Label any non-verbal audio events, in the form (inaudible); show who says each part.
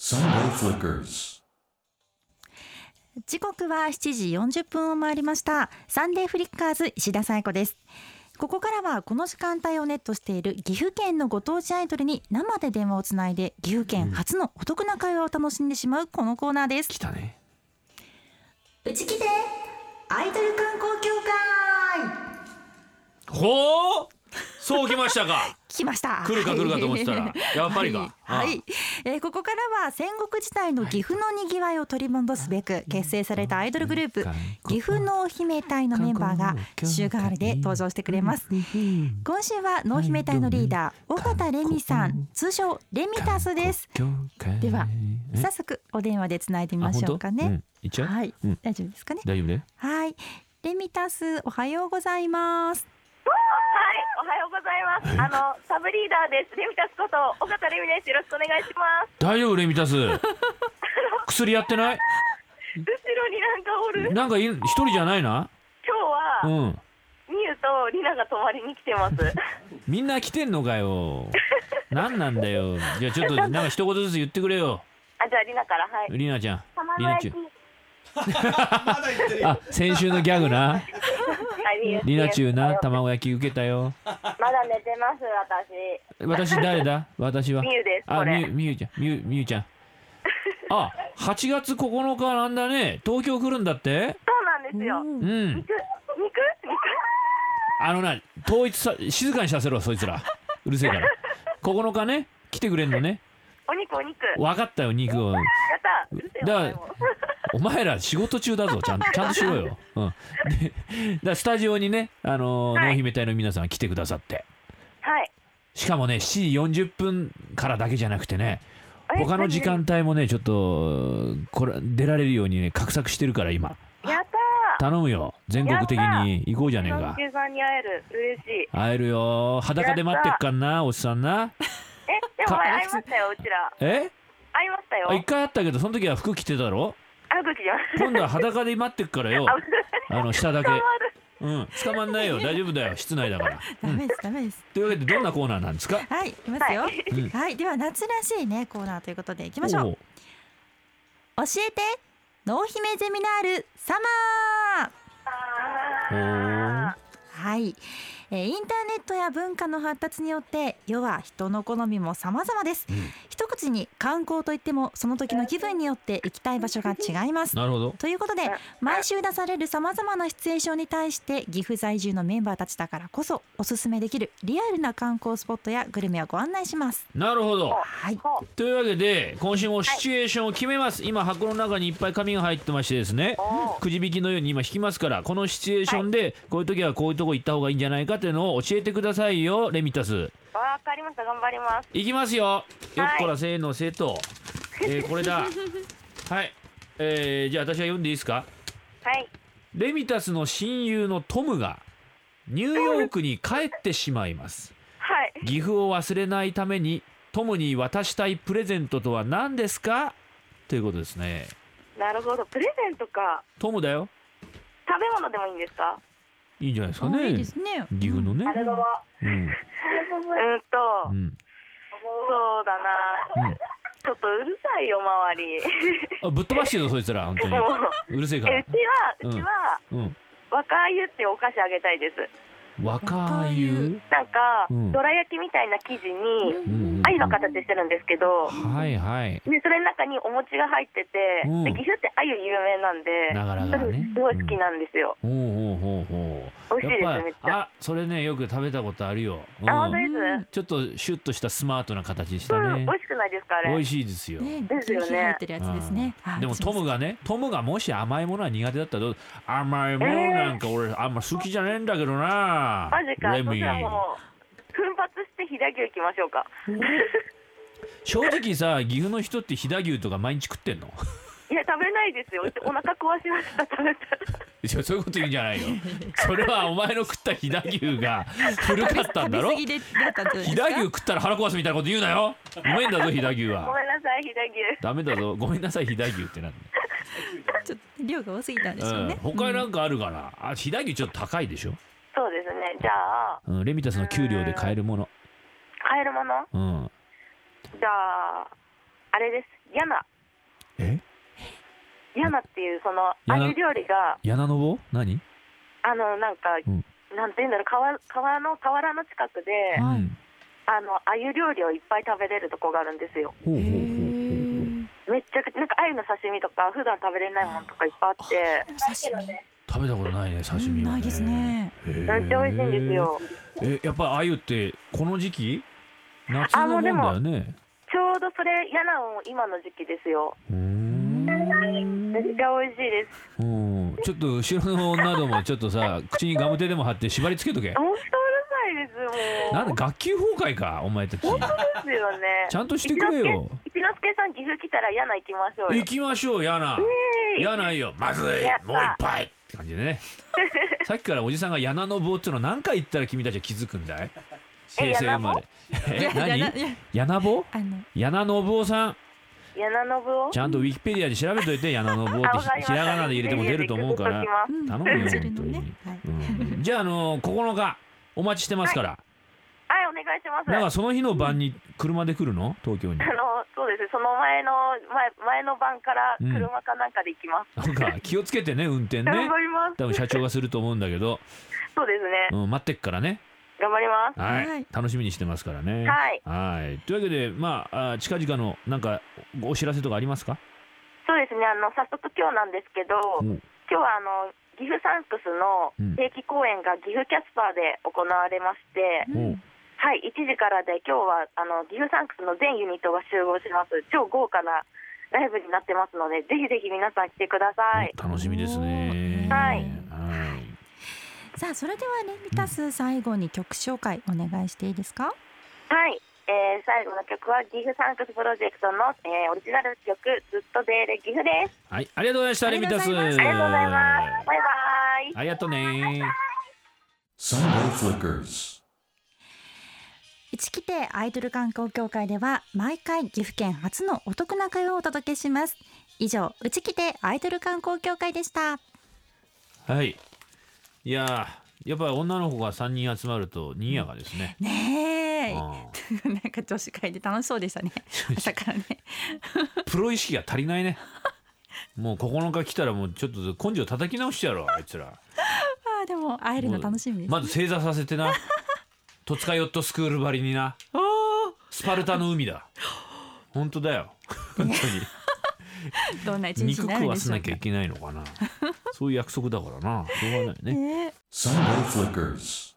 Speaker 1: Sunday Flickers.
Speaker 2: 時刻は7時40分を回りましたサンデーフリッカーズ石田紗友子ですここからはこの時間帯をネットしている岐阜県のご当地アイドルに生で電話をつないで岐阜県初のお得な会話を楽しんでしまうこのコーナーです
Speaker 3: 来たね
Speaker 2: うちきてアイドル観光協会
Speaker 3: ほうそうきましたか
Speaker 2: 来ました
Speaker 3: 来るか来るかと思ってた
Speaker 2: (laughs)
Speaker 3: らやっぱりかああ
Speaker 2: はい、えーここからは戦国時代の岐阜のにぎわいを取り戻すべく結成されたアイドルグループ岐阜の姫隊のメンバーが週替わりで登場してくれます今週は濃姫隊のリーダー尾形レミさん通称レミタスですでは早速お電話でつないでみましょうか
Speaker 3: あ本
Speaker 2: ね、
Speaker 3: 当うん、いっちゃう、
Speaker 2: はい、
Speaker 3: うん
Speaker 2: 大丈夫ですかね
Speaker 3: 大丈夫ね
Speaker 2: はいレミタスおはようございます
Speaker 4: はい、おはようございます。あの、サブリーダーです。レミタスこと、尾形レミです。よろしくお願いします。
Speaker 3: 大丈夫レミタス薬やってない
Speaker 4: (laughs) 後ろになんかおる。
Speaker 3: なんかい一人じゃないな
Speaker 4: 今
Speaker 3: う
Speaker 4: 日は、
Speaker 3: ん
Speaker 4: ミユとリナが泊まりに来て (laughs) ます。は
Speaker 3: みんな来てんのかよなんなんだよじゃあ
Speaker 4: (laughs)
Speaker 3: ちょっとなんか一言ずつ言ってくれよ
Speaker 4: いあ、じゃあリナから、はい。
Speaker 3: りなちゃんり
Speaker 4: 卵
Speaker 3: な
Speaker 4: 焼
Speaker 3: ち
Speaker 4: き。
Speaker 3: ゃんあ先週のギャ
Speaker 4: (laughs)
Speaker 3: グな
Speaker 4: はい、ミユです
Speaker 3: りなちゅうな卵焼き受けたよ
Speaker 4: まだ寝てます、私。
Speaker 3: 私誰だ私は
Speaker 4: ミユです
Speaker 3: あ
Speaker 4: こ
Speaker 3: み
Speaker 4: れ
Speaker 3: ゆみゆちゃんみゆみゆちゃんあ8月9日なんだね東京来るんだって
Speaker 4: そうなんですよ。
Speaker 2: うん
Speaker 3: うん
Speaker 4: 肉肉肉
Speaker 3: あのな統一さ静かにさせろそいつらうるせえから9日ね来てくれんのね
Speaker 4: お肉、お肉。や
Speaker 3: 分かったよ肉を
Speaker 4: った。うるせえ
Speaker 3: だ
Speaker 4: わでも
Speaker 3: お前ら仕事中だぞちゃんちゃんとしろよ、うん、でだからスタジオにねあのー
Speaker 4: はい
Speaker 3: 濃姫隊の皆さん来てくださって
Speaker 4: はい。
Speaker 3: しかもね7時40分からだけじゃなくてね
Speaker 4: え
Speaker 3: 他の時間帯もねちょっとこれ出られるようにね画策してるから今
Speaker 4: やった
Speaker 3: 頼むよ全国的に行こうじゃねえ
Speaker 4: ー。の
Speaker 3: か
Speaker 4: んけさんに会える。嬉しい。
Speaker 3: 会えるよ裸で待ってっかんなおっさんな
Speaker 4: え、でも前
Speaker 3: か
Speaker 4: 会いましたよ、うちら。
Speaker 3: え
Speaker 4: 会いましたよ。
Speaker 3: あ一
Speaker 4: あ、
Speaker 3: 回会ったけどその時は服着てたろ
Speaker 4: ぐきじゃん。
Speaker 3: 今度は裸で待ってっからよ
Speaker 4: あ、うるさい
Speaker 3: あの下だけ
Speaker 4: 捕まる。
Speaker 3: うん捕まんないよ大丈夫だよ室内だから
Speaker 2: ダメですダメです
Speaker 3: というわけでどんなコーナーなんですか
Speaker 2: はいいきますよ
Speaker 4: は
Speaker 2: はい、
Speaker 3: うん
Speaker 2: では夏らしいねコーナーということでいきましょう
Speaker 3: おう
Speaker 2: 教えて濃姫ゼミナールサマー
Speaker 3: ー
Speaker 2: はい、えーインターネットや文化の発達によって世は人の好みも様々です、
Speaker 3: うん
Speaker 2: 一口に観光といってもその時の気分によって行きたい場所が違います
Speaker 3: なるほど
Speaker 2: ということで毎週出されるさまざまなシチュエーションに対して岐阜在住のメンバーたちだからこそおすすめできるリアルな観光スポットやグルメをご案内します
Speaker 3: なるほど
Speaker 2: はい
Speaker 4: ほう
Speaker 3: というわけで今週もシチュエーションを決めます、今箱の中にいっぱい紙が入ってましてですね
Speaker 4: おー
Speaker 3: くじ引きのように今引きますからこのシチュエーションでこういう時はこういうとこ行った方がいいんじゃないかっていうのを教えてくださいよレミタス
Speaker 4: わかりました、頑張ります。
Speaker 3: いきますよよっこらせーのせと、え (laughs) ーこれだはい、えーじゃあ私は読んでいいですか
Speaker 4: はい。
Speaker 3: レミタスの親友のトムがニューヨークに帰ってしまいます
Speaker 4: はい。
Speaker 3: 岐阜を忘れないためにトムに渡したいプレゼントとは何ですかということですね
Speaker 4: なるほど、プレゼントか。
Speaker 3: トムだよ
Speaker 4: 食べ物でもいいんですか
Speaker 3: いいんじゃないですかね
Speaker 2: あいいですね
Speaker 3: 岐阜のね、うん
Speaker 4: うーんと、
Speaker 3: うん
Speaker 4: そうだな、
Speaker 3: うん
Speaker 4: ちょっとうるさいよ、周り。
Speaker 3: あぶっ飛ばしてるぞそいつら本当に
Speaker 4: もう
Speaker 3: うるせえか
Speaker 4: え
Speaker 3: らう
Speaker 4: うちは、
Speaker 3: ん
Speaker 4: うちは、
Speaker 3: うん
Speaker 4: 若あゆっていうお菓子あげたいです。
Speaker 3: 若湯
Speaker 4: なんか、
Speaker 3: うん
Speaker 4: どら焼きみたいな生地に、
Speaker 3: うんうんうん
Speaker 4: あゆの形してるんですけど、
Speaker 3: はいはい
Speaker 4: でそれの中にお餅が入ってて、
Speaker 3: うん
Speaker 4: で岐阜ってあゆ有名なんで、
Speaker 3: ながらがらね
Speaker 4: それすごい好きなんですよ。
Speaker 3: ほうほうほうほう
Speaker 4: 美味しいですめっちゃ
Speaker 3: あそれねよく食べたことあるよ、うん
Speaker 4: あ、本当です、
Speaker 3: ちょっとシュッとしたスマートな形し
Speaker 4: う
Speaker 3: たね
Speaker 4: ん、美味しくないですか、あれ。
Speaker 3: 美味しいですよ、
Speaker 2: ね
Speaker 4: ですよね
Speaker 2: 牛皮入ってるやつですね
Speaker 3: う
Speaker 2: あ
Speaker 3: んでも
Speaker 2: 私
Speaker 3: トムがねトムがもし甘いものは苦手だったらどう甘いものなんか俺あんま好きじゃねえんだけどな
Speaker 4: マジか、
Speaker 3: レ
Speaker 4: そ
Speaker 3: ミ
Speaker 4: したらもう、奮発して飛騨牛行きましょうか。
Speaker 3: 正直さ岐阜の人って飛騨牛とか毎日食ってんの
Speaker 4: いや、食べないですよ。お腹壊しました、食べたら。
Speaker 3: いやそういうこと言うんじゃないよそれはお前の食った飛騨牛が古かったんだろ
Speaker 2: 食べ過ぎでだったんじゃないです
Speaker 3: 飛
Speaker 2: か
Speaker 3: 騨牛食ったら腹壊すみたいなこと言うなようめえんだぞ飛騨牛
Speaker 4: ご
Speaker 3: は
Speaker 4: めんなさい、飛騨牛。
Speaker 3: ダメだぞごめんなさい飛騨牛ってなる
Speaker 2: ちょっと量が多すぎたんでしょうね、
Speaker 3: うん、他になんかあるかな、あ飛騨牛ちょっと高いでしょ、
Speaker 4: そうですね。じゃあ、
Speaker 3: うん、レミタスの給料で買えるもの
Speaker 4: 買えるもの
Speaker 3: うん
Speaker 4: じゃあ、あれです。ヤナ
Speaker 3: え
Speaker 4: ヤナっていうそのあ
Speaker 3: ヤナ
Speaker 4: あいう料理が
Speaker 3: 柳の棒何
Speaker 4: あのなんか、
Speaker 3: うん
Speaker 4: なんていうんだろう川川の河原の近くで
Speaker 2: はい
Speaker 3: うん
Speaker 4: あのあゆ料理をいっぱい食べれるとこがあるんですよ
Speaker 3: ほうほうほうほう
Speaker 2: ー
Speaker 4: めっちゃくちゃなんかあゆの刺身とか普段食べれないものとかいっぱいあって
Speaker 2: 刺身
Speaker 3: 食べたことないね刺身は、ね
Speaker 2: ないですね。
Speaker 3: へ
Speaker 4: め
Speaker 3: ー
Speaker 4: っちゃ美味しいんですよ
Speaker 3: えやっぱり鮎ってこの時期夏のもんだよね
Speaker 4: ちょうどそれヤナを今の時期ですよ
Speaker 3: うーん
Speaker 4: めっちゃ美味しいです
Speaker 3: うんちょっと後ろの女どもちょっと
Speaker 4: (laughs)
Speaker 3: さ口にガムテでも貼って縛りつけとけ
Speaker 4: 本当うるさいですもう
Speaker 3: なんで学級崩壊かお前たち
Speaker 4: ですよね
Speaker 3: ちゃんとしてくれよ
Speaker 4: 一之輔さん岐阜来たらヤナ行きましょうよ
Speaker 3: 行きましょうやな
Speaker 4: え
Speaker 3: やないよまずい
Speaker 4: やった
Speaker 3: もう一杯って感じで
Speaker 4: (laughs)
Speaker 3: ねさっきからおじさんが「やなの棒」っていうの何回言ったら君たちは気づくんだい
Speaker 4: え
Speaker 3: 平成生まれ
Speaker 2: い
Speaker 3: え
Speaker 2: やいやい
Speaker 3: 何
Speaker 2: や
Speaker 3: やな棒
Speaker 2: あの
Speaker 3: やなの棒さん
Speaker 4: ヤナノブを
Speaker 3: ちゃんとウィキペディアで調べといて、矢野の棒っ
Speaker 4: あ
Speaker 3: て
Speaker 4: わか
Speaker 3: ひ
Speaker 4: りました
Speaker 3: ひらがなで入れても出ると思うから
Speaker 4: ぜひぜひグッとき
Speaker 2: うん
Speaker 4: ま。す
Speaker 2: 汁の
Speaker 3: 頼むよ、本当に
Speaker 2: ね。はい。
Speaker 3: うんじゃあ、あのー、9日、お待ちしてますから。
Speaker 4: はいお願いします
Speaker 3: なんか、その日の晩に車で来るの東京に。
Speaker 4: あのそうですその前の前前の晩から
Speaker 3: うん
Speaker 4: 車かなんかで行きます、
Speaker 3: なんか、気をつけてね、運転
Speaker 4: 頑
Speaker 3: ね
Speaker 4: 張。ります
Speaker 3: 多分社長がすると思うんだけど、
Speaker 4: そうですね、
Speaker 3: うん、待ってっからね。
Speaker 4: 頑張ります
Speaker 3: は
Speaker 2: はい
Speaker 3: い。楽しみにしてますからね。
Speaker 4: はい
Speaker 3: はい。というわけで、まあ、あー近々の、なんか、お知らせとかありますか
Speaker 4: そうですねあの早速今日なんですけど
Speaker 3: お
Speaker 4: 今日はあの岐阜サンクスの
Speaker 3: うん
Speaker 4: 定期公演が岐阜キャスパーで行われまして、
Speaker 2: うん
Speaker 3: お
Speaker 4: はい1時からで今日はあの岐阜サンクスの全ユニットが集合します超豪華なライブになってますのでぜひぜひ皆さん来てください
Speaker 3: お楽しみですね。
Speaker 4: はい
Speaker 3: はい。
Speaker 2: さあそれではねミタス最後に曲紹介お願いしていいですか。
Speaker 4: はい、えー、最後の曲は岐阜サンクスプロジェクトの、えー、オリジナル曲「ずっとデーレ岐阜」です
Speaker 3: はい、ありがとうございました。
Speaker 2: あ
Speaker 3: リ
Speaker 2: り
Speaker 3: ミ
Speaker 2: が
Speaker 3: タ
Speaker 2: とうご
Speaker 3: ス。
Speaker 2: ざいます
Speaker 4: ありがとうございますバイバイ
Speaker 3: ありがとうね。
Speaker 1: Sunday Flickers.
Speaker 2: 一期亭アイドル観光協会では毎回岐阜県初のお得な会をお届けします。以上内期亭アイドル観光協会でした。
Speaker 3: はい。いやー、やっぱり女の子が三人集まると賑やかですね。
Speaker 2: ねえ。
Speaker 3: あ
Speaker 2: (laughs) なんか女子会で楽しそうでしたね。朝からね。
Speaker 3: ープロ意識が足りな
Speaker 2: (laughs)
Speaker 3: いね。もう9日来たらもうちょっと根性叩き直してやろうあいつら。
Speaker 2: ああでも会えるの楽しみです。
Speaker 3: まず正座させ
Speaker 2: (laughs)
Speaker 3: てな。戸塚ヨットスクールばりにな。
Speaker 2: ああ
Speaker 3: スパルタの海だ。本当だよ。本当に。
Speaker 2: どんな一日
Speaker 3: 肉
Speaker 2: になる
Speaker 3: 食
Speaker 2: ん
Speaker 3: わ
Speaker 2: でし
Speaker 3: せ
Speaker 2: ょ
Speaker 3: な
Speaker 2: う
Speaker 3: きゃ
Speaker 2: か
Speaker 3: い。けないのかな。そういう約束だからな。しょうがないね。
Speaker 2: ねえ
Speaker 1: Sunday Flickers.